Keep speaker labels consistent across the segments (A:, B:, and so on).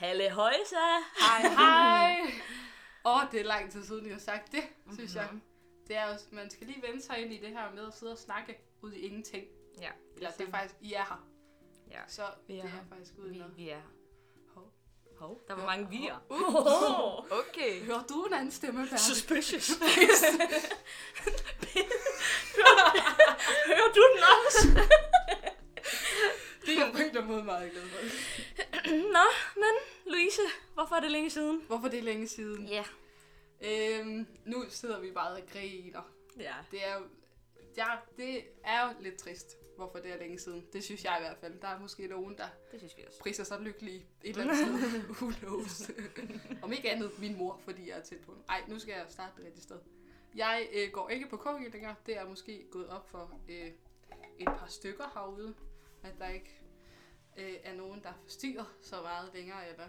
A: Alle højsa!
B: Hej, hej. Åh, oh, det er lang tid siden, jeg har sagt det, synes mm-hmm. jeg. Det er også, man skal lige vende sig ind i det her med at sidde og snakke ud i ingenting.
A: Ja,
B: Eller det er faktisk, I er her.
A: Ja.
B: Så
C: Vi
B: det
C: er
B: er
C: her.
B: faktisk ude i noget.
A: vi er.
B: Hov.
A: Hov. Der var mange vier.
C: Uh, okay.
B: Hører du en anden stemme, Bærke?
A: Suspicious. Hører du den også?
B: Det er jeg på en eller anden måde meget glad for.
A: Nå, men Louise, hvorfor er det længe siden?
B: Hvorfor det er længe siden?
A: Ja.
B: Øhm, nu sidder vi bare og griner.
A: Ja.
B: Det er jo, ja, det er jo lidt trist, hvorfor det er længe siden. Det synes jeg i hvert fald. Der er måske nogen, der
A: Det synes vi også.
B: priser sig lykkelige et eller andet sted. Who knows? Om ikke andet min mor, fordi jeg er tæt på hende. Ej, nu skal jeg starte det rigtige sted. Jeg øh, går ikke på KG længere. Det er måske gået op for øh, et par stykker herude, at der ikke øh, er nogen, der forstyrrer så meget længere, eller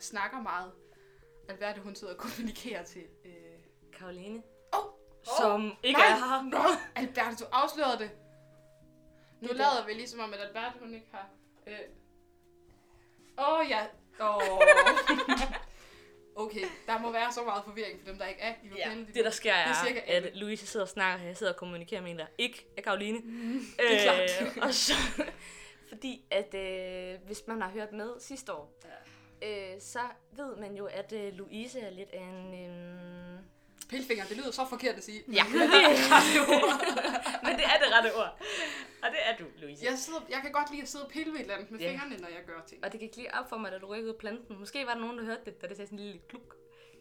B: snakker meget. Alberta, hun sidder og kommunikerer til... Øh...
A: Karoline.
B: Oh,
A: Som ikke
B: nej,
A: er her.
B: Nå, Alberta, du afslørede det. Nu lader vi ligesom om, at Alberta, hun ikke har... Åh, øh... oh, ja. Oh. okay, der må være så meget forvirring for dem, der ikke er i
A: Ja,
B: lokalet.
A: det der sker
B: Det er cirka
A: er,
B: alle.
A: at Louise sidder og snakker, og jeg sidder og kommunikerer med en, der ikke er Karoline. Mm,
B: det er klart.
A: og så, fordi at øh, hvis man har hørt med sidste år, øh, så ved man jo, at øh, Louise er lidt af en... Øh,
B: Pilfinger, det lyder så forkert at sige.
A: ja, men det, men det er det rette ord. Og det er du, Louise.
B: Jeg, sidder, jeg kan godt lide at sidde og pille ved et eller andet med
A: Ja.
B: fingrene, når jeg gør ting.
A: Og det gik lige op for mig, da du rykkede planten. Måske var der nogen, der hørte det, da det sagde sådan en lille kluk.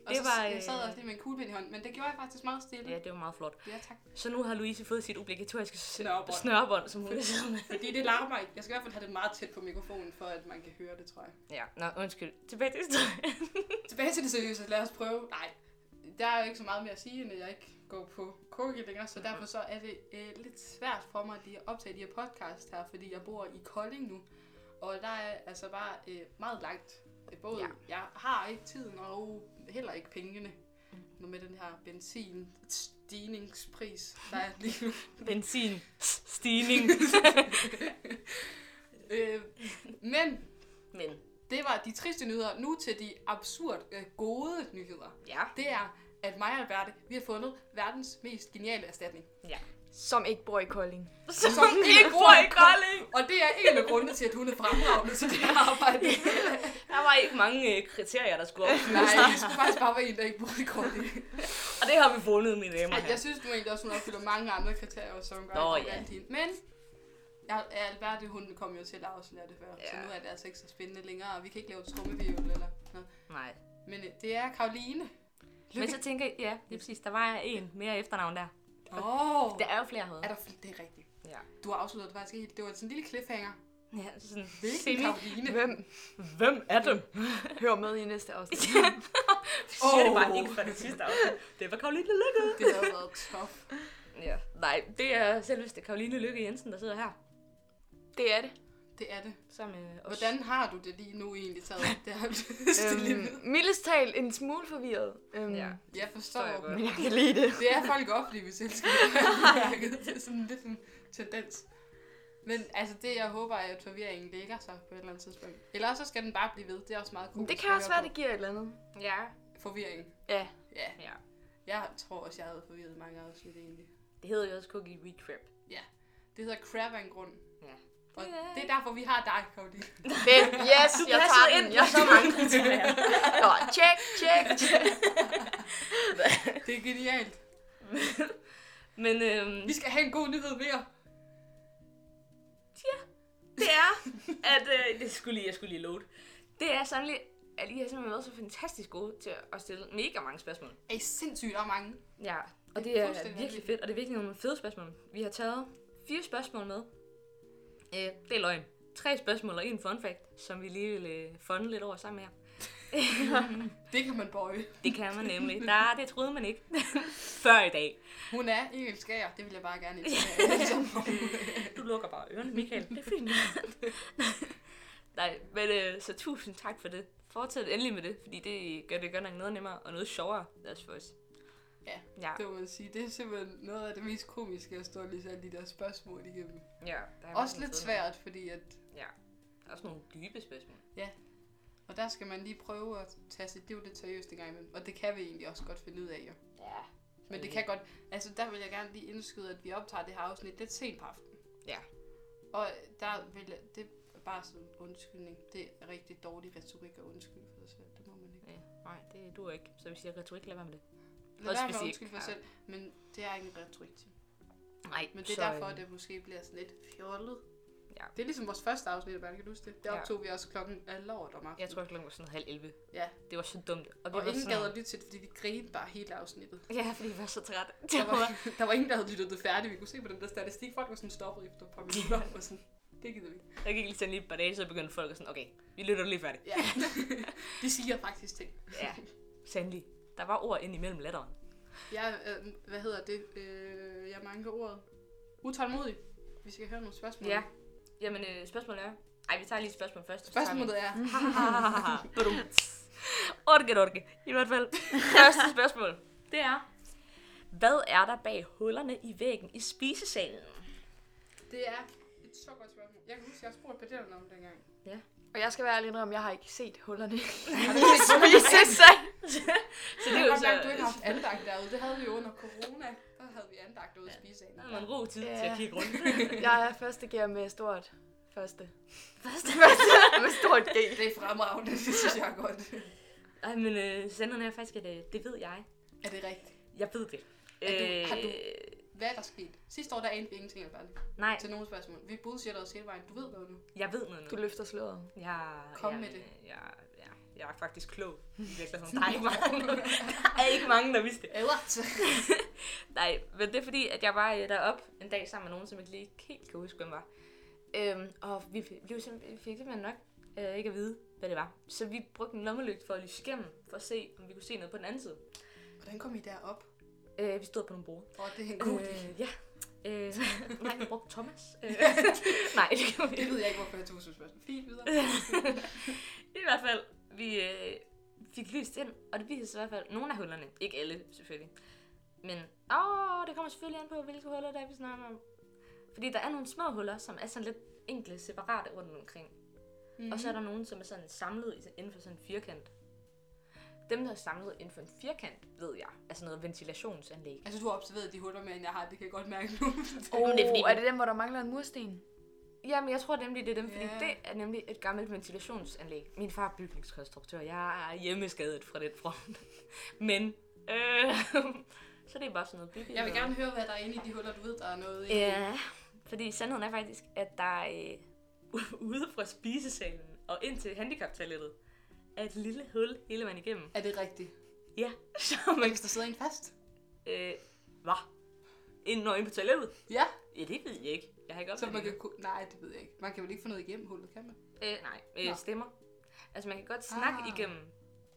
B: Og så
A: var,
B: jeg sad
A: øh,
B: også lige med en kuglepind i hånden, men det gjorde jeg faktisk meget stille.
A: Ja, det var meget flot.
B: Ja, tak.
A: Så nu har Louise fået sit obligatoriske
B: Snørebånd.
A: snørbånd, snørbånd som hun sidder med.
B: Fordi det larmer ikke. Jeg skal i hvert fald have det meget tæt på mikrofonen, for at man kan høre det, tror jeg.
A: Ja, nå, undskyld. Tilbage til historien.
B: Tilbage til det seriøse, lad os prøve. Nej, der er jo ikke så meget mere at sige, end at jeg ikke går på KG længere, så derfor så er det øh, lidt svært for mig lige at optage de her podcast her, fordi jeg bor i Kolding nu, og der er altså bare øh, meget langt. Øh, Både ja.
A: Ja.
B: jeg har ikke tiden og heller ikke pengene, nu med den her benzinstigningspris, der er lige nu.
A: Benzin. Stigning.
B: øh, men
A: Men,
B: det var de triste nyheder. Nu til de absurd øh, gode nyheder.
A: ja.
B: det er, at mig og Alberte, vi har fundet verdens mest geniale erstatning.
A: Ja.
C: Som ikke bor i Kolding.
A: Som,
B: Som
A: ikke bor i Kolding.
B: Og det er en af grundene til, at hun er fremragende til det her arbejde.
A: Der var ikke mange øh, kriterier, der skulle opfyldes.
B: Nej, det skulle faktisk bare være en, der ikke burde gå det.
A: Og det har vi fundet, mine damer og
B: Ej, Jeg
A: herrer.
B: synes nu egentlig også, hun opfylder mange andre kriterier, som gør
A: Nå,
B: at hun
A: ja.
B: vandt hende. Men ja, Alberte, hun kom jo til at afsløre det før, ja. så
A: Ja.
B: nu er det altså ikke så spændende længere, og vi kan ikke lave et trummevirvel eller noget.
A: Nej.
B: Men øh, det er Karoline.
A: Men så tænker jeg, ja, lige præcis, der var en mere efternavn der.
B: Åh, oh,
A: Der er jo flere hoveder.
B: er der fl- det er rigtigt.
A: Ja.
B: Du har afsluttet det faktisk ikke helt. Det var sådan en lille cliffhanger.
A: ja sådan,
B: Hvilken
A: semi.
B: Karoline?
C: Hvem
A: Hvem er dem?
C: hører med i næste afsnit?
A: Oh. Siger det bare
B: Åh.
A: ikke fra det sidste afsnit. Det var Karoline Lykke.
B: Det havde været tof.
A: Ja. Nej, det er selveste Karoline Lykke Jensen, der sidder her. øh,
C: Det er det.
B: Det er det.
A: Sammen med os.
B: Hvordan har du det lige nu egentlig taget? Det har du stille med.
C: Øhm, mildest talt en smule forvirret. Øhm,
A: Ja.
B: Jeg forstår
A: forstår jeg
B: godt.
A: godt.
C: Men jeg kan lide det.
B: Det er folk ofte i selskabet. det er sådan lidt en tendens. Men altså det, jeg håber, er, at forvirringen ligger sig på et eller andet tidspunkt. Eller også så skal den bare blive ved. Det er også meget
C: Men
B: komisk.
C: det kan
B: at
C: også
B: høre
C: være, det giver et eller andet.
A: Ja.
B: på. Forvirring.
C: Ja.
B: Ja,
A: ja.
B: jeg tror også, jeg havde forvirret mange afsnit egentlig.
A: Det hedder jo også Cookie Weed Trip.
B: Ja, det hedder crap af en grund.
A: Ja.
B: Og
A: Det er-
B: det er derfor, vi har dig, Karoline.
C: Det, yes,
A: Du
C: jeg
A: passer
C: tager
A: ind
C: den. Jeg
A: på
C: så
A: så
C: mange.
A: mange kriterier.
C: Nå, check, check, check.
B: Det er genialt.
A: Men øhm,
B: Vi skal have en god nyhed mere.
A: det er, at øh, det skulle lige, jeg skulle lige load. Det er sådan lidt, at I har simpelthen været så fantastisk gode til at stille mega mange spørgsmål.
B: Er I sindssygt, der er mange.
A: Ja, og
B: Det er
A: det er
B: fuldstændig
A: virkelig
B: rigtigt.
A: fedt, og det er virkelig nogle fede spørgsmål. Vi har taget fire spørgsmål med. Øh, det er løgn. Tre spørgsmål og en fun fact, som vi lige vil øh, funde lidt over sammen her.
B: Det kan man bøje.
A: Det kan man nemlig. Nej, det troede man ikke. Før i dag.
B: Hun er en elskager. Det vil jeg bare gerne elskere.
A: Du lukker bare ørerne, Michael. Det er fint. Nej, men øh, så tusind tak for det. Fortsæt endelig med det, fordi det gør det godt nok noget nemmere og noget sjovere også for os.
B: Ja,
A: Ja,
B: det må man sige. Det er simpelthen noget af det mest komiske, at stå og læse alle de der spørgsmål igennem.
A: ja der er
B: Også
A: mange
B: lidt
A: fede
B: svært, fordi at...
A: nogle. Ja, også nogle dybe spørgsmål.
B: Ja. Og der skal man lige prøve at tage sit liv lidt seriøst en gang imellem. Og det kan vi egentlig også godt finde ud af, jo.
A: Ja.
B: Men det kan godt... Altså, der vil jeg gerne lige indskyde, at vi optager det her afsnit lidt sent på aftenen.
C: Ja.
B: Og der vil jeg... Det er bare sådan en undskyldning. Det er rigtig dårlig retorik at undskylde for sig selv. Det må man ikke.
A: Ja, nej, det du ikke. Så vi siger retorik, lad være med det.
B: Lad
A: Også
B: være
A: hvis I ikke
B: med at undskylde for sig
A: har-
B: selv, men det er ikke en retorik til.
A: Nej,
B: Men det er
A: så,
B: derfor,
A: øhm,
B: at det måske bliver sådan lidt fjollet.
A: Ja.
B: Det er ligesom vores første afsnit, Børn, kan du huske det? Der
A: Ja.
B: optog vi også klokken af lort om aftenen.
A: Jeg tror, klokken var sådan halv 11.
B: Ja,
A: Det var så dumt. Og,
B: og
A: var
B: ingen
A: sådan,
B: gad at lytte til det, fordi de grinede bare hele afsnittet.
A: Ja, fordi vi var så trætte.
B: Der
A: Det var...
B: var, der var ingen, der havde lyttet det færdigt. Vi kunne se på den der statistik. Folk var sådan stoppet efter et par minutter. Og sådan, det gider vi ikke.
A: Jeg gik lige sådan lige et par dage, så begyndte folk at sådan, okay, vi lytter lige færdigt.
B: Ja. de siger faktisk ting.
A: Ja, sandelig. Der var ord ind imellem letteren.
B: Jeg, øh, hvad hedder det? Øh, jeg mangler ordet. Utålmodig. Vi skal høre nogle spørgsmål.
A: Ja. Jamen, øh, spørgsmålet er... Ej, vi tager lige et spørgsmål først. så tager vi-
B: Spørgsmålet er,
A: Badum. Orke, orke. I hvert fald. Første spørgsmål. Det er... Hvad er der bag hullerne i væggen i spisesalen?
B: det er et så godt spørgsmål. Jeg kan huske, jeg har spurgt pedellerne om det dengang.
C: Og jeg skal være ærlig indrømme, jeg har ikke set hullerne i
B: Har du set
C: spisesal.
A: Så
B: Det
A: det
B: er
A: er jo
B: godt mærke, du ikke
A: så...
B: har haft andagt derude. Det havde vi jo under corona. Der havde vi andagt ude at spise af.
A: Der er en ro tid
C: Ja.
A: til at kigge rundt.
C: Jeg er første gear med stort første.
A: Første.
C: med stort G.
B: Det er fremragende, det synes jeg er godt.
A: Ej, men øh, senderne er faktisk, at øh, det ved jeg.
B: Er det rigtigt?
A: Jeg ved det.
B: Er du- har du-
A: Øh,
B: Hvad er der sket? Sidste år, der anede vi ingenting af børn.
A: Nej,
B: Til nogle spørgsmål. Vi budsjetter os hele vejen. Du ved noget nu.
A: jeg ved noget nu.
C: Du løfter sløret.
A: Jeg,
B: Kom
A: jeg,
B: med det.
A: Jeg, jeg, jeg er faktisk klog. I virkeligheden. Der er ikke mange, der er ikke mange, der vidste det.
B: Edward.
A: Nej, men det er fordi, at jeg var øh, deroppe en dag sammen med nogen, som jeg lige ikke helt kan huske, hvem var. Øhm, og vi blev simpelthen, vi fik simpelthen nok øh, ikke at vide, hvad det var. Så vi brugte en lommelygte for at lyse igennem, for at se, om vi kunne se noget på den anden side.
B: Hvordan kom I derop?
A: Øh, vi stod på nogle borde.
B: Åh, oh, det er en god idé.
A: øh, ja. Øh, nej, vi brugte Thomas. Øh, nej, det kan vi
B: Det
A: ikke.
B: ved jeg ikke, hvorfor jeg tog som spørgsmål. Fint videre.
A: I hvert fald, vi øh, fik lyst ind, og det viser sig i hvert fald nogle af hullerne. Ikke alle, selvfølgelig. Men åh, det kommer selvfølgelig an på, hvilke huller der er, vi snakker om. Fordi der er nogle små huller, som er sådan lidt enkle, separate rundt omkring. Mm-hmm.
B: Mm.
A: Og så er der nogle, som er sådan samlet i- inden for sådan en firkant. Dem, der er samlet inden for en firkant, ved jeg, er sådan noget ventilationsanlæg.
B: Altså, du har observeret de huller mere, end jeg har. Det kan jeg godt mærke nu.
A: nu er det fordi,
C: Uh, er det den, hvor der mangler en mursten?
A: Jamen, jeg tror nemlig, det er dem, fordi
B: Ja.
A: det er nemlig et gammelt ventilationsanlæg. Min far er bygningskonstruktør, jeg er hjemmeskadet fra den front. Men, øh, så det er bare sådan noget bygning.
B: jeg vil gerne høre, hvad der er inde i de huller, du ved, der er noget i.
A: Ja, fordi sandheden er faktisk, at der øh, ude fra spisesalen og ind til handicaptoilettet er et lille hul hele vejen igennem.
B: Er det rigtigt?
A: Ja, så man...
B: Men hvis der sidder en fast?
A: Øh, hvad? Ind, når ind på toilettet?
B: Ja.
A: Ja, det ved jeg ikke. Jeg har ikke
B: Så
A: opdaget
B: man
A: det.
B: kan... ku- Nej, det ved jeg ikke. Man kan vel ikke få noget igennem hullet, kan man?
A: Øh, nej, øh,
B: Nå.
A: stemmer. Altså, man kan godt snakke
B: Ah.
A: ah. igennem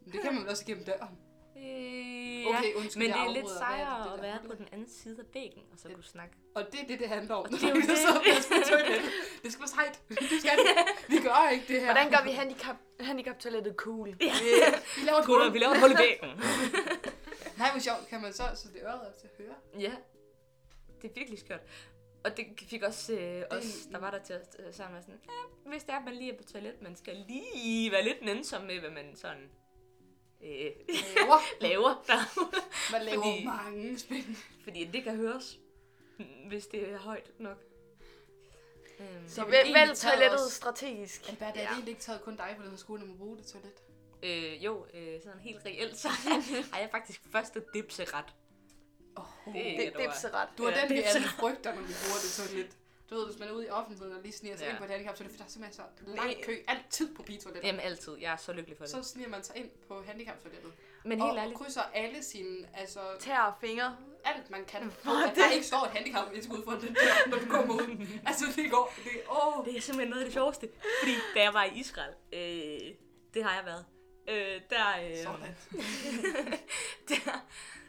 B: Men det kan man vel også igennem døren.
A: Øh,
B: Okay,
A: ja.
B: undskyld,
A: Men det er
B: jeg afbryder.
A: lidt
B: Hvad
A: sejere
B: det,
A: at
B: der
A: være
B: hul?
A: på den anden side af væggen, og så
B: Ja.
A: kunne snakke.
B: Og det er det, det handler om.
A: Og
B: når
A: det er jo
B: vi
A: det.
B: sidder fast på toilettet. Det skal være sejt. Det skal det. Vi gør ikke det her.
C: Hvordan gør vi handicap, handicaptoilettet cool?
B: Øh, Vi laver et
A: Gutter,
B: hul.
A: vi laver et hul i væggen.
B: Nej, hvor sjovt. Kan man så så det øret op til at høre?
A: ja, det er virkelig skørt. Og det fik også øh, os, der var der til at øh, sammen være sådan, øh, hvis det er, at man lige er på toilet, man skal lige være lidt nænsom med, hvad man sådan øh,
B: Laver.
A: laver der.
B: Man laver
A: Fordi-
B: mange spændende.
A: Fordi det kan høres, hvis det er højt nok. Øhm,
B: Så
C: Så
B: vi
C: vælg,
B: egentlig
C: vælg
B: tager
C: toilettet
B: os-
C: strategisk.
B: Albert, er det
A: Ja.
B: egentlig ikke taget kun dig på den her skole, når man bruger det toilet?
A: øh, jo, øh, sådan helt reelt, så har jeg faktisk første dipseret.
B: Oh.
A: Det-
C: Det,
A: Ja, du
C: det
A: er-
C: er ret.
B: Du er
A: Ja,
B: den,
A: det
B: vi
A: er
B: alle frygter, når vi bruger det toilet. Du ved, hvis man er ude i offentligheden og lige sniger sig
A: Ja.
B: ind på et handicap, så er det for der er simpelthen så lang
A: Det-
B: kø altid på pigetoilettet.
A: Jamen altid, jeg er så lykkelig for det.
B: Så sniger man sig ind på handicaptoilettet.
A: Men helt
B: Og
A: ærligt,
B: krydser alle sine, altså
C: Tær fingre.
B: alt man kan. For at der ikke står et handicap indskud for den der, når du kommer ud. Altså det går, det åh. Oh.
A: det er simpelthen noget af det sjoveste. Fordi da jeg var i Israel, øh, det har jeg været, øh, der, øh,
B: Sådan.
A: der,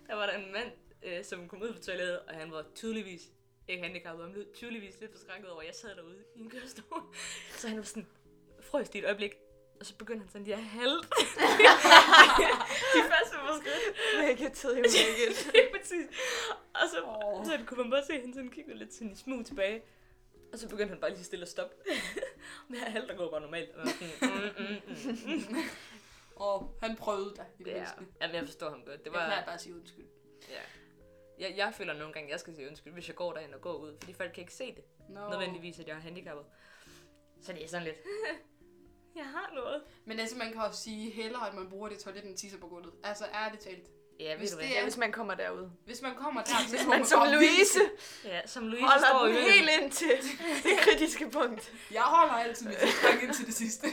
A: der var der en mand, øh, som kom ud på toilettet, og han var tydeligvis ikke handicappet, han blev tydeligvis lidt forskrækket over, at jeg sad derude i en kørestol. Så han var sådan, frøs lige et øjeblik, og så begyndte han sådan lige at halte. de første par skridt.
C: Mega tid i
A: Ikke? Lige præcis. Og så,
B: Åh.
A: oh. så kunne man bare se, at han sådan kiggede lidt sådan i smug tilbage. Og så begyndte han bare lige stille og stoppe. Men jeg halter går bare normalt. Og jeg var sådan, mm, mm, mm, mm.
B: Og han prøvede dig i det
A: Ja.
B: mindste.
A: Jamen, jeg forstår ham godt. Det
B: Det var... Jeg plejer
A: var,
B: bare at sige undskyld.
A: ja. Jeg, jeg føler nogle gange, at jeg skal sige undskyld, hvis jeg går derind og går ud. Fordi folk kan ikke se det,
B: No.
A: nødvendigvis, at jeg er handicappet. Så det er sådan lidt... jeg har noget.
B: Men altså, man kan også sige hellere, at man bruger det toilet, end tisser på gulvet. Altså, ærligt talt.
A: Ja,
B: Hvis
A: ved du
B: det
A: hvad?
C: Ja, hvis man kommer derud.
B: Hvis man kommer der, så
C: Hvis
B: må
C: man som
B: bare
C: Louise
A: Ja, som Louise
C: holder
A: står i
C: den
A: midten.
C: helt ind til det kritiske punkt.
B: vide- Jeg holder altid mit tiltræk indtil det sidste.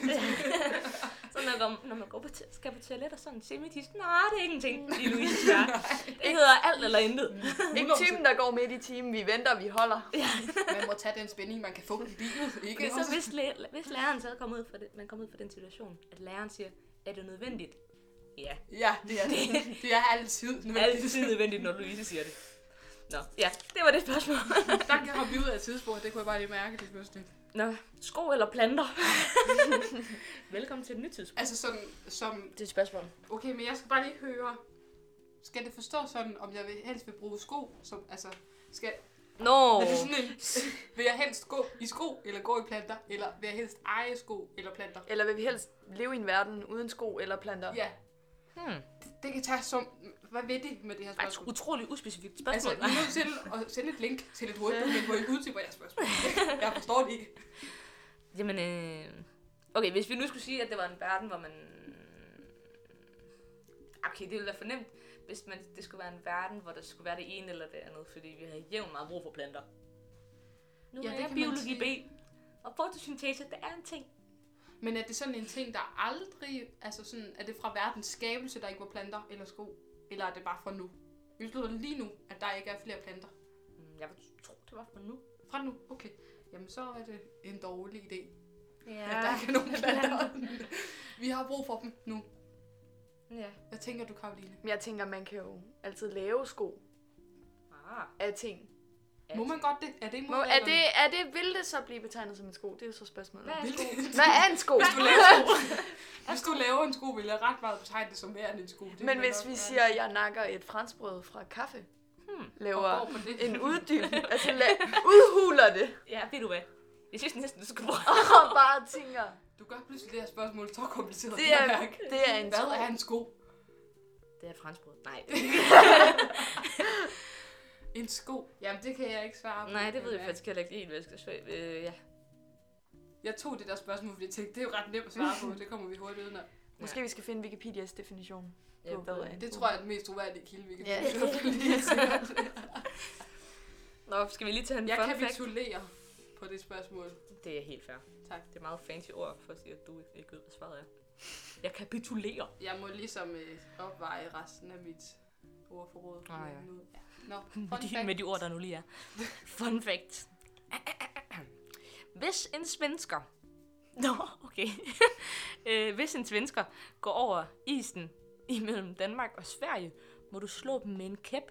A: Så når man, går, når man går på t- skal på toilet og sådan semi-tis, nej, det er ingenting i Louise's verden. Det hedder alt eller intet.
C: Ikke typen, der går midt i timen. Vi venter, vi holder.
B: Man må tage den spænding, man kan få i livet, ikke?
A: Fordi så
B: Også-
A: hvis, læ- hvis læreren så kom ud for det, man kom ud for den situation, at læreren siger, er det nødvendigt? Ja,
B: Ja, det er det. Det er altid nødvendigt.
A: altid nødvendigt, når Louise siger det. Nå, ja, det var det spørgsmål.
B: Der kan hoppe ud af tidssporet, det kunne jeg bare lige mærke det pludselig.
A: Nå, sko eller planter? Velkommen til et nyt tidspunkt.
B: Altså sådan, som...
C: Det er et spørgsmål.
B: Okay, men jeg skal bare lige høre. Skal det forstås sådan, om jeg vil, helst vil bruge sko? Som, altså, skal,
A: Nå,
B: Er det sådan en, vil jeg helst gå i sko, eller gå i planter, eller vil jeg helst eje sko eller planter?
C: Eller vil vi helst leve i en verden uden sko eller planter?
B: Ja,
A: hmm,
B: det, det kan tage som... Hvad ved det med det her
A: faktisk
B: spørgsmål?
A: utrolig uspecifikt
B: Altså,
A: spørgsmål.
B: vi er nødt til at sende et link til et hurtigt, hvor I uddyber jeres spørgsmål. Jeg forstår det ikke.
A: Jamen, øh... Okay, hvis vi nu skulle sige, at det var en verden, hvor man... Ah, Okay, det ville være fornemt, hvis man, det skulle være en verden, hvor der skulle være det ene eller det andet, fordi vi har jævnt meget brug for planter. Nu
B: Ja,
A: ja, er
B: det
A: jeg
B: kan man
A: biologi B, og fotosyntese, det er en ting.
B: Men er det sådan en ting, der aldrig... Altså sådan, er det fra verdens skabelse, der ikke var planter eller sko? Eller er det bare fra nu? Vi beslutter lige nu, at der ikke er flere planter.
A: Mm, Jeg vil tro, det var for nu.
B: Fra nu? Okay. Jamen, så er det en dårlig idé,
A: Ja,
B: at der ikke er nogen planter. Vi har brug for dem nu.
A: Ja.
B: Hvad tænker du, Karoline?
C: Men jeg tænker, man kan jo altid lave sko
A: Ah,
C: af ting.
A: ja.
B: Må man godt det? Er det imod
C: Må, er, det, er det, vil det så blive betegnet som en sko? Det er jo så spørgsmålet.
A: Hvad er sko?
C: Hvad er en sko?
B: Hvis du laver sko, hvis du laver en sko, vil jeg ret meget betegne det som værende en sko. Det
C: Men
B: vil
C: hvis
B: jeg
C: vi
B: nok
C: siger, at jeg nakker et franskbrød fra kaffe,
A: Hmm.
C: laver
B: Og går på det.
C: en uddybning, altså la- udhuler det,
A: Ja, ved du hvad? Jeg synes næsten, du skal bruge
C: og bare tænker,
B: gøre. Du gør pludselig det her spørgsmål så kompliceret.
C: det
B: kan
C: er,
B: jeg mærke.
C: det er en
B: Hvad
C: sko.
B: er en sko?
A: Det er et franskbrød. Nej,
B: En sko? Jamen, det kan jeg ikke svare på.
A: nej, det ved jeg
B: Ja.
A: faktisk heller ikke helt, hvad jeg skal svare. Øh, ja.
B: Jeg tog det der spørgsmål, fordi jeg tænkte, det er jo ret nemt at svare på. Det kommer vi hurtigt udenom.
C: Måske vi skal finde Wikipedias definition på,
A: Jeg
C: hvad
A: ved-
C: er en
B: Det
C: sko.
B: tror jeg er den mest troværdige kilde, vi kan
C: Ja.
B: finde. Lige sikkert.
A: Nå, skal vi lige tage en
B: Jeg
A: fun fact?
B: kapitulerer på det spørgsmål.
A: Det er helt fair.
B: Tak.
A: Det er meget fancy ord for at sige, at du ikke ved, hvad svaret er. Jeg kapitulerer.
B: Jeg må ligesom øh, opveje resten af mit ordforråd.
A: Ah, ja.
B: Nu- ja. Nå,
A: Med
B: fun
A: de, med
B: fact.
A: de ord, der nu lige er. Fun fact. Hvis en svensker... Nå, okay. Øh, Hvis en svensker går over isen imellem Danmark og Sverige, må du slå dem med en kæp.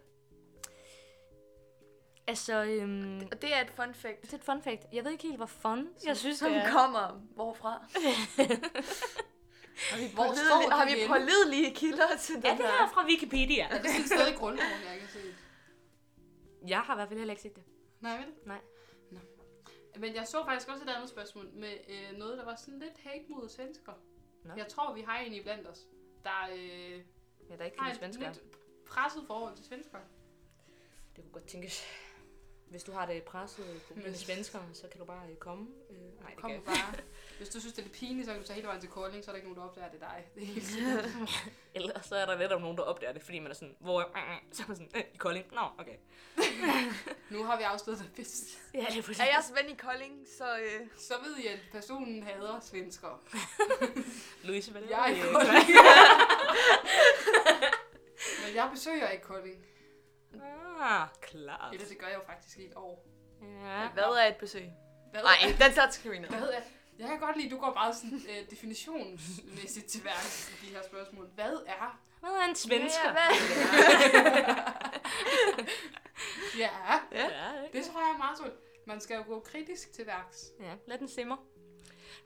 A: Altså, øhm,
C: Og det er et fun fact,
A: det er et fun fact. Jeg ved ikke helt, hvor fun jeg synes,
C: som
A: det er.
C: kommer hvorfra.
B: Hvor står det
C: har vi
B: henne?
C: pålidelige kilder til den
A: Er det her fra Wikipedia?
B: Er det sådan stadig grundloven, jeg ikke har set?
A: Jeg har i hvert fald heller ikke set det.
B: Nej, vel?
A: Nej.
B: Nå. Men jeg så faktisk også et andet spørgsmål med øh, noget, der var sådan lidt hate mod svensker.
A: Nå.
B: Jeg tror, vi har en i blandt os, der øh,
A: Ja, der er ikke kendt
B: har et
A: svensker.
B: lidt presset forhold til svensker.
A: Det kunne godt tænkes. Hvis du har det presset øh, med
B: Hvis-
A: svensker, så kan du bare øh, komme. Øh, nej, det kan
B: Kom
A: jeg.
B: bare. Hvis du synes, det er lidt pinligt, så kan du tage hele vejen til Kolding, så er der ikke nogen, der opdager, det er dig. Det er helt sikkert.
A: ikke. Ellers så er der netop nogen, der opdager det, fordi man er sådan, hvor øh, øh, så er man sådan, øh, i Kolding. Nå, okay.
B: Nu har vi afsløret dig bedst.
A: Ja, det er præcis.
C: Er jeres ven i Kolding, så... Øh,
B: Så ved I, at personen hader svensker.
A: Louise, hvad
B: Jeg er i
A: Øh,
B: Kolding. Men jeg besøger ikke Kolding.
A: Ah, klart.
B: Eller det gør jeg jo faktisk i et år.
A: Ja.
C: hvad er et besøg?
B: Hvad
C: Nej, den tager til Karina.
B: Hvad er, jeg kan godt lide, at du går meget sådan, øh, definitionsmæssigt til værks i de her spørgsmål. Hvad er?
A: Hvad er en svensker?
C: Ja, hvad?
B: Ja,
C: Ja.
A: Ja, ikke?
B: det tror jeg er meget sundt. Man skal jo gå kritisk til værks.
A: ja, lad den simmer.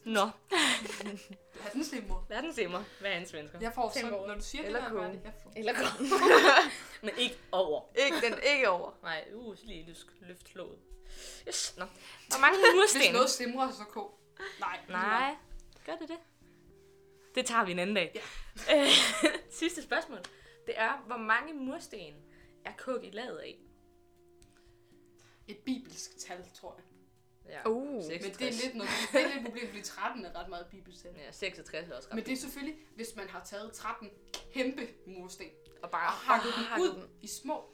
A: Nå,
B: Lad den se, mor.
A: lad den simmer. Hvad er en svensker?
B: Jeg får
A: Tænk
B: sådan,
A: over
B: når du siger
C: Eller
B: det,
C: koge.
B: der, det, jeg får.
A: Eller kom. Men ikke over.
C: Ikke den, ikke over.
A: Nej, uh, lige løft, løft låget. Yes. Nå. Hvor mange
B: Hvis
A: mursten?
B: noget simrer, så ko. Nej. lige meget.
A: Nej. Gør det det? Ligesom Det tager vi en anden dag. Ja. Sidste spørgsmål. Det er, hvor mange mursten er KG lavet af?
B: Et bibelsk tal, tror jeg.
A: Ja.
C: Uh.
A: 66.
B: Men det er lidt, noget, det er lidt et problem, fordi 13 er ret meget et bibelsk tal.
A: Ja, 66 er også ret.
B: Men det er selvfølgelig, hvis man har taget 13 kæmpe mursten
A: Og bare...
B: og hakket dem
C: hakket
B: ud
C: dem.
B: i små.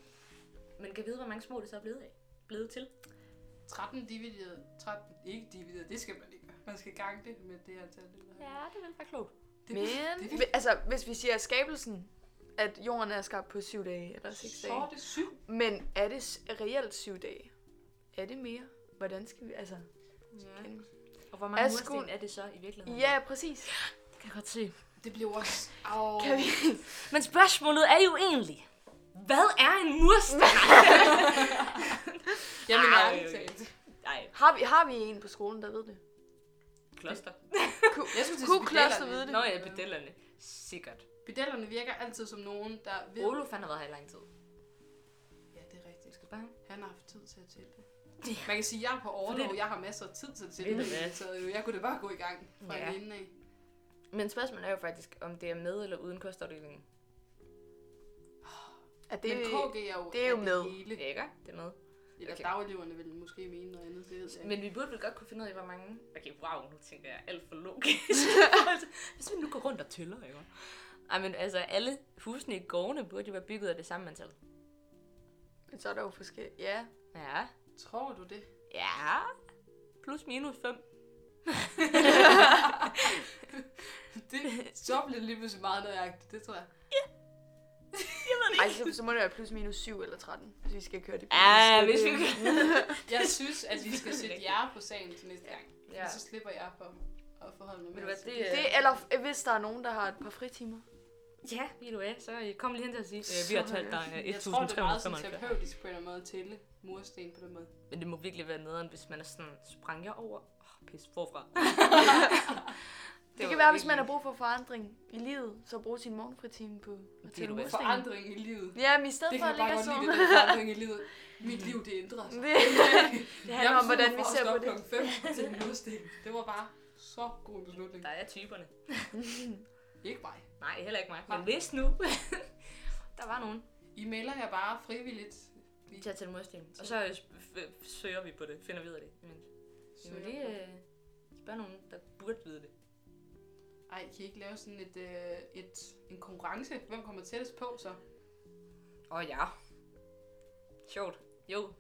A: Man kan vide, hvor mange små det så er blevet af. Blevet til.
B: 13 divideret, 13 ikke divideret, det skal man ikke gøre. Man skal gange det med det her tal. Ja.
A: det vil være klogt.
B: Det,
C: Men,
B: det,
C: hvi- altså, hvis vi siger skabelsen, at jorden er skabt på syv dage eller
B: det,
C: seks
B: så er
C: dage.
B: det syv.
C: Men er det s- reelt syv dage? Er det mere? Hvordan skal vi, altså...
A: Ja.
C: en-
A: Og hvor mange
C: Er
A: mursten
C: sku-
A: er det så i virkeligheden?
C: Ja, præcis.
A: Det kan jeg godt se.
B: Det blev også... Oh.
C: Kan vi...
A: Men spørgsmålet er jo egentlig, hvad er en mursten?
B: Jeg mener,
A: Ej,
B: ærligt
A: okay.
B: talt.
A: Nej,
C: Har vi, har vi en på skolen, der ved det?
A: kloster.
C: Kunne,
B: Jeg skulle til at
C: kunne
B: sige
C: kloster
B: pedellerne.
C: vide det?
A: Nå ja, pedellerne. Sikkert.
B: Pedellerne virker altid som nogen, der ved...
A: Olof han har været her i lang tid.
B: Ja, det er rigtigt.
A: Skal bare
B: Han har haft tid til at tælle. Man kan sige, at jeg er på
A: Fordi
B: overlov,
A: det-
B: jeg har masser af tid til at
A: Ved
B: tælle.
A: du hvad?
B: Så jo, jeg kunne da bare gå i gang fra
A: Ja.
B: ja. inden af.
A: Men spørgsmålet er jo faktisk, om det er med eller uden kostafdelingen.
C: Er det...
B: Men KG er jo,
C: det er jo med.
B: det hele.
A: Ikke? Det er med.
B: Eller
A: Okay.
B: dageleverne vil måske mene noget andet. Det ved jeg.
A: Men vi burde vel godt kunne finde ud af, hvor mange... Okay, wow, nu tænker jeg alt for logisk. Altså, Hvis vi nu går rundt og tæller, ikke? Ej, men altså, alle husene i gårdene burde jo være bygget af det samme antal.
C: Men så er der jo forskel. Ja.
A: Ja.
B: ikke. Tror du det?
A: Ja. Plus minus 5.
B: det så blev det lige pludselig meget nøjagtigt, det tror jeg.
C: Ej, så, så må det være plus minus 7 eller 13, hvis vi skal køre det.
A: Ja,
C: bibliske.
A: hvis vi
B: Jeg synes, at vi skal sætte
A: Rigtigt.
B: jer på sagen til næste gang.
A: Ja.
B: Ja. Så slipper jeg for at forholde mig
A: Ved du
B: med
A: hvad,
B: det.
A: det,
C: Det, eller f- hvis der er nogen, der har et par fritimer.
A: Ja, ved du hvad, så øh, kom lige hen til at sige, øh, vi
C: Så
A: har talt dig øh,
B: Jeg tror, det er meget sådan
A: 1375.
B: terapeutisk på en eller anden måde at tælle mursten på den måde.
A: Men det må virkelig være nederen, hvis man er sådan, sprang jeg over? Åh, oh, pis, forfra.
C: Det, det kan være, hvis man har brug for forandring i livet, så brug sin morgenfritime på at
A: du
C: tælle
A: hvad,
C: mursten.
B: Forandring i livet.
C: Ja, men i stedet
B: Det
C: for
B: kan
C: at
B: jeg bare
C: ligge
B: godt lide,
C: og sove.
B: det der forandring i livet. Mit liv, det ændrer sig.
C: Det, det handler om, hvordan vi ser på det.
B: Klokken 5 til mursten. Det var bare så god en beslutning.
A: Der er typerne.
B: Ikke mig.
A: Nej, heller ikke mig. Men
B: Nej.
A: hvis nu, der var nogen
B: I melder jer bare frivilligt. Vi
A: til at tælle mursten. Og så øh, f- f- søger vi på det, finder vi ud af det. Men vi må
B: søger
A: lige øh, spørge nogen, der burde vide det.
B: Ej, kan I ikke lave sådan et, øh, et, en konkurrence? Hvem kommer tættest på, så?
A: Åh oh, ja. Sjovt. Jo.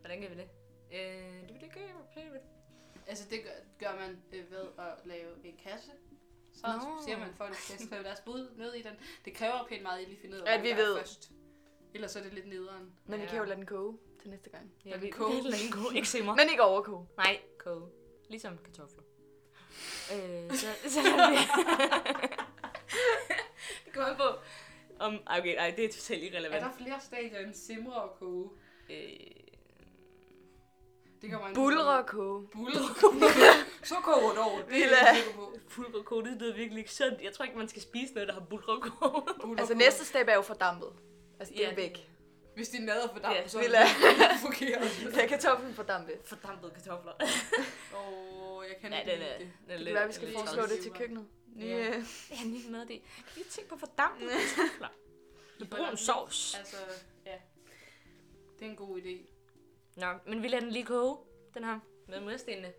A: Hvordan gør vi det? Øh, det vil det gøre, play with.
B: Altså, det gør, gør man øh, ved at lave en kasse. Så
A: Nå.
B: no. ser man folk til at skrive deres bud ned i den. Det kræver pænt meget, at I lige finder ud af,
C: At
B: hvem
C: vi
B: der er
C: ved.
B: først. Ellers er det lidt nederen.
C: Men vi kan jo lade den koge til næste gang.
A: Ja, vi
B: koge.
A: kan lade koge. Ikke se mig.
C: Men ikke overkoge.
A: Nej, koge. Ligesom kartofler. øh, så, så lader vi... det kommer an på. Om, ej, okay, ej, det er totalt
B: Er
A: irrelevant.
B: der flere stadier end simre og koge?
A: Øh,
B: Det kommer man
C: Bullre og koge.
B: Buller og koge. så koger det over. Det er
C: Lilla.
B: jeg helt sikker på.
A: Pulverkål, det lyder virkelig ikke sundt. Jeg tror ikke, man skal spise noget, der har pulverkål.
B: Buller
C: Altså
B: og
C: næste step er jo fordampet. Altså det
A: Ja,
C: er
A: det-
C: væk.
B: koge. Hvis de nader for dig,
A: Ja,
B: så er
C: Lilla.
B: det helt forkert.
C: Ja, kartoflen fordampet.
A: Fordampede kartofler.
B: Åh, jeg kan
A: Ja,
B: ikke
A: den
B: lide
A: er,
B: det.
A: den er
C: Det
A: lidt...
C: kan være, vi skal
A: lidt
C: foreslå
A: træls.
C: det til køkkenet. Nye,
A: Ja.
C: ja.
A: Ja, en lille mad, det. Kan vi tænke på fordampede kartofler? Med brun sovs.
B: Altså, ja. Det er en god idé.
A: Nå, men vi lader den lige koge, den her, med murstenene.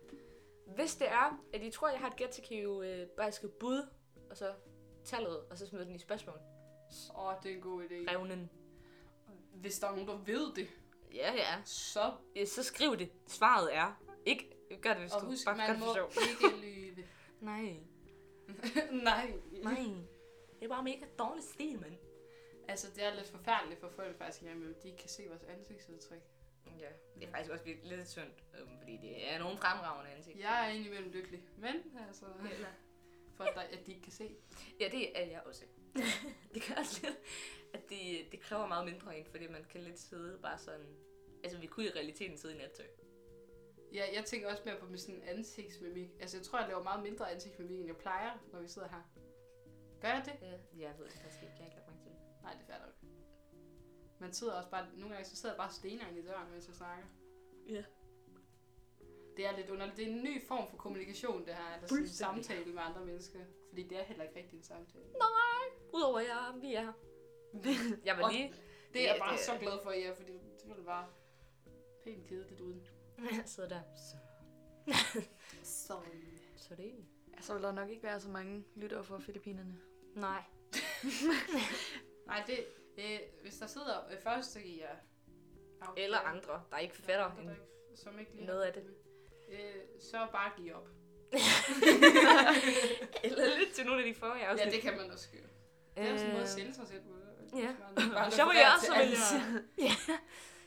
A: Hvis det er, at I tror, jeg har et gæt, så kan I jo øh, bare skrive bud, og så tallet, og så smide den i spørgsmål.
B: Åh, oh, det er en god idé.
A: Revnen.
B: Hvis der er nogen, der ved det,
A: Ja, ja.
B: så...
A: ja så skriv det. Svaret er. Ikke gør det, hvis
B: Og
A: du
B: husk,
A: bare gør
B: man
A: det for
B: må
A: sjov.
B: ikke lyve.
A: Nej,
B: Nej.
A: nej. Det er bare mega dårlig stil, mand.
B: Altså, det er lidt forfærdeligt for folk faktisk, jamen, de ikke kan se vores ansigtsudtryk.
A: Ja, det er faktisk også lidt- lidt synd, øhm, fordi det er nogle fremragende ansigter.
B: Jeg er egentlig mellem lykkelig, men altså...
A: Eller-
B: For at, der, at de ikke kan se.
A: Ja, det er jeg også. det gør også lidt, at det, det kræver meget mindre end, fordi man kan lidt sidde bare sådan... Altså, vi kunne i realiteten sidde i nattøj.
B: Ja, jeg tænker også mere på min sådan ansigtsmimik. Altså, jeg tror, jeg laver meget mindre ansigtsmimik, end jeg plejer, når vi sidder her. Gør jeg det?
A: Ja, jeg ved det faktisk ikke. Jeg har ikke lagt mærke til det.
B: Nej, det er fair nok. Man sidder også bare... Nogle gange, så sidder jeg bare steneren i døren, mens jeg snakker.
A: Ja.
B: Det er lidt underligt. Det er en ny form for kommunikation, det her. Eller sådan en
A: Fuldstændig.
B: samtale med andre mennesker. Fordi det er heller ikke rigtig en samtale.
A: Udover jeg, vi er her. Jeg var
B: Og-
A: lige...
B: Det er jeg
A: Ja,
B: bare
A: det-
B: så glad for, ja, fordi det ville bare pænt kedeligt uden.
A: Jeg sidder der. Så,
B: Sådan.
A: så det
C: Ja, så vil der nok ikke være så mange lyttere fra Filippinerne.
A: Nej.
B: Nej, det, øh, hvis der sidder øh, første i jer, afdeling,
A: Eller andre, der ikke
B: eller
A: fatter
B: andre,
A: en
B: der ikke- som ikke lige
A: noget
B: har
A: af det.
B: med, Øh, så bare giv op.
A: Eller lidt til nogle af de forrige
B: Ja,
A: afsnit.
B: det kan man også gøre. Det er også en måde at sælge sig selv på.
A: Øh,
B: øh,
A: ja.
B: Bare
A: Så må jeg
B: referere
A: også
B: til
A: vælge.
B: alt.
A: Ja.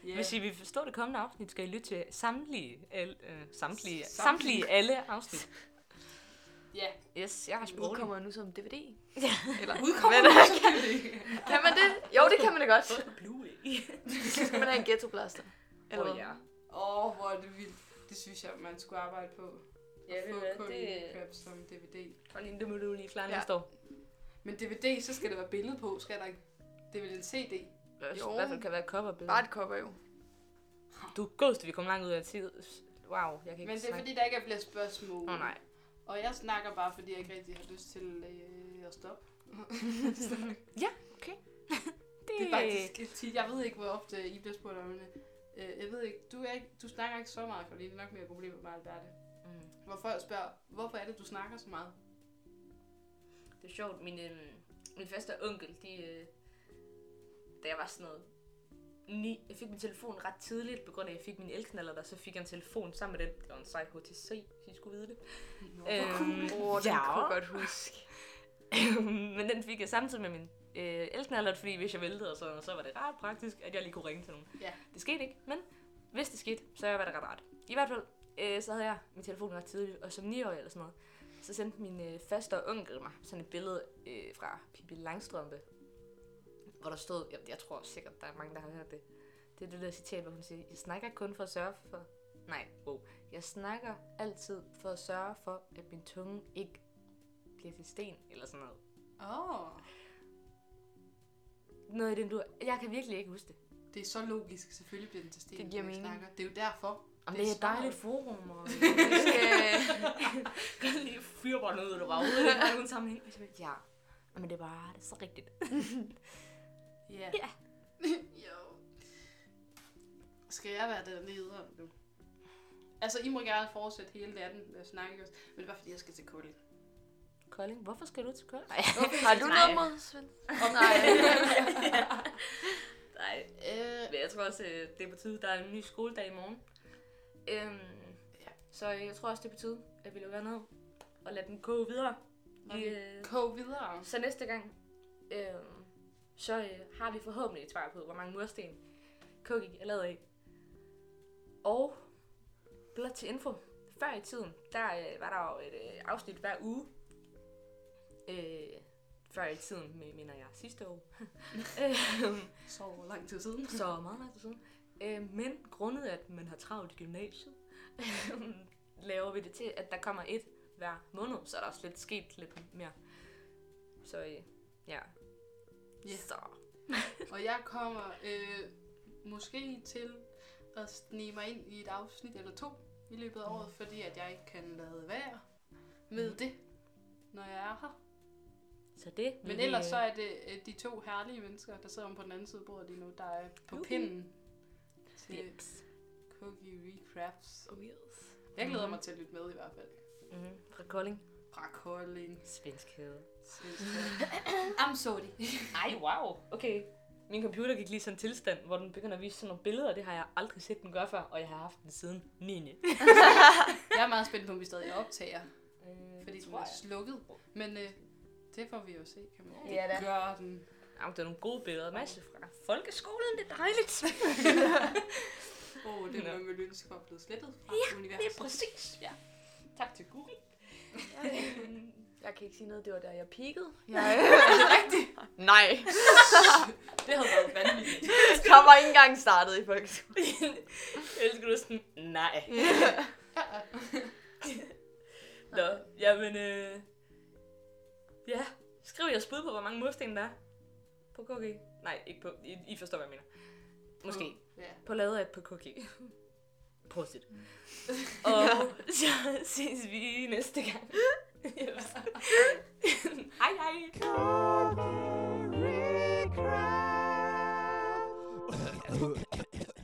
B: Ja.
A: Hvis I vil forstå det kommende afsnit, skal I lytte til samtlige, al, øh, samtlige,
B: Samtlige.
A: samtlige alle afsnit.
B: Ja,
A: Yes, jeg har
C: Nu
A: sproglig.
C: kommer nu som DVD.
B: eller udkommer
C: Hvad
B: det, så kan det ikke.
C: Kan man det? Jo, det kan man da godt.
A: Blu-ray.
C: Så skal man have en ghettoblaster. Eller
A: Eller
C: hvad?
A: ja.
B: Åh, oh, hvor er det vildt. Det synes jeg, man skulle arbejde på.
A: Ja,
B: At
A: ved
B: få
A: du hvad,
B: kun
A: det-
B: det... som DVD.
A: Og lige, det må du lige klare
C: Ja.
A: næste år.
B: Men DVD, så skal der være billede på, skal der ikke? Det er vel en CD?
A: Jo.
C: Jo.
A: I hvert fald kan være coverbilleder.
C: Bare et cover jo.
A: Du er ghost, vi kom langt ud af tid. Wow, jeg kan ikke
B: Men det er
A: snakke.
B: fordi, der ikke er flere spørgsmål.
A: Åh oh, nej.
B: Og jeg snakker bare, fordi jeg ikke rigtig har lyst til øh, at stoppe.
A: Det,
B: Det er faktisk et tit. Jeg ved ikke, hvor ofte I bliver spurgt om det. Øh, jeg ved ikke, du, er ikke, du snakker ikke så meget, fordi det er nok mere et problem med mig, Alberte.
A: Mm.
B: Hvor folk spørger, hvorfor er det, du snakker så meget?
A: Det er sjovt, min, øh, min faste onkel, de, øh, da jeg var sådan noget, ni, jeg fik min telefon ret tidligt, på grund af, at jeg fik min elknaller, og så fik jeg en telefon sammen med den. Det var en sej HTC, hvis I skulle vide det.
B: Nå,
A: Øhm,
C: Åh, det
A: ja.
C: kunne jeg godt huske.
A: Men den fik jeg samtidig med min øh, elknaller, fordi hvis jeg væltede og sådan noget, så var det ret praktisk, at jeg lige kunne ringe til nogen.
B: Ja.
A: Det skete ikke, men hvis det skete, så var det ret rart. I hvert fald, øh, så havde jeg min telefon ret tidligt, og som 9-årig eller sådan noget, så sendte min øh, faste onkel mig sådan et billede øh, fra Pippi Langstrømpe, hvor der stod, jeg, jeg tror sikkert, der er mange, der har hørt det. Det er det der citat, hvor hun siger, jeg snakker kun for at sørge for, nej, wow. Jeg snakker altid for at sørge for, at min tunge ikke bliver til sten, eller sådan noget.
B: Åh,
A: Noget i den du... Jeg kan virkelig ikke huske det.
B: det er så logisk. Selvfølgelig bliver den til sten,
C: Det
B: når
C: giver
B: jeg
C: mening.
B: Snakker. Det er jo derfor.
A: Om
B: Det
A: det
B: er
A: er et dejligt
B: smart.
A: forum, og
C: Vi skal...
A: jeg kan lige fyre bare noget, der var ude i nogen sammenhæng. Og så bare, Ja, men det er bare det er så rigtigt.
B: Ja.
A: Ja.
B: jo. Skal jeg være den leder nu? Altså, I må gerne fortsætte hele natten med at snakke, ikke også? men det er bare fordi, jeg skal til Kolding.
A: Kolding, hvorfor skal du til Kolding?
C: Har du noget mod Svend? Nej.
A: Nej,
B: Øh,
A: men jeg tror også, øh, det er på tide, der er en ny skoledag i morgen. Øhm,
B: Ja.
A: Så jeg tror også, det er på tide, at vi lukker ned og lader den gå videre. Vi, øh,
B: Kog videre.
A: Så næste gang, øh, så øh, har vi forhåbentlig et svar på, hvor mange mursten Kogi er lavet af. Og blot til info, før i tiden, der øh, var der jo et øh, afsnit hver uge. Øh, før i tiden, men- mener jeg, sidste år. øh,
B: Så lang tid siden.
A: så meget lang tid siden. Øh, men grundet, at man har travlt i gymnasiet, laver vi det til, at der kommer et hver måned, så er der også lidt sket lidt mere. Så øh, ja.
B: Ja.
A: Så.
B: Og jeg kommer øh, måske til at snige mig ind i et afsnit eller to i løbet af året, fordi at jeg ikke kan lade være med det, når jeg er her.
A: Så det. vil
B: Men
A: vi,
B: ellers så
A: øh,
B: er det øh, de to herlige mennesker, der sidder om på den anden side af bordet lige nu, der er på
A: Juhu.
B: pinden til
A: Dips.
B: Cookie Recrafts.
C: Oh, yes.
B: Jeg glæder
A: Mhm.
B: mig til at lytte med i hvert fald.
A: Mhm. Fra Kolding.
B: Fra Kolding.
A: Svensk kæde.
B: I'm sorry.
A: Ej, wow. Okay. Min computer gik lige i sådan en tilstand, hvor den begynder at vise sådan nogle billeder, og det har jeg aldrig set den gøre før, og jeg har haft den siden 9.
B: Jeg er meget spændt på, om vi stadig optager,
A: Øh,
B: fordi den er slukket. Men øh, det får vi jo se, kan man sige.
C: Ja da.
B: Det gør den.
A: Jamen, det er nogle gode billeder. Masse fra folkeskolen, det er dejligt.
B: Åh, oh, det
A: Nå.
B: er nogle ønske, der er blevet slettet fra ja, universet.
A: Det er præcis.
B: Ja.
A: Tak til Google.
C: Jeg kan ikke sige noget, det var der, jeg peakede. Jeg... er det rigtigt? Nej.
B: Det havde været vanvittigt.
C: Jeg var ikke engang startet i folkeskolen.
A: jeg elsker du er sådan, nej.
B: Ja.
A: Nå, jamen, øh, ja. Skriv jeres bud på, hvor mange mursten der er. På KG. Nej, ikke på. I, I forstår, hvad jeg mener. Måske.
B: Ja.
A: På lavet af på KG. Prosit. Og Så ses vi næste gang. hej hej.
D: Cookery Crab.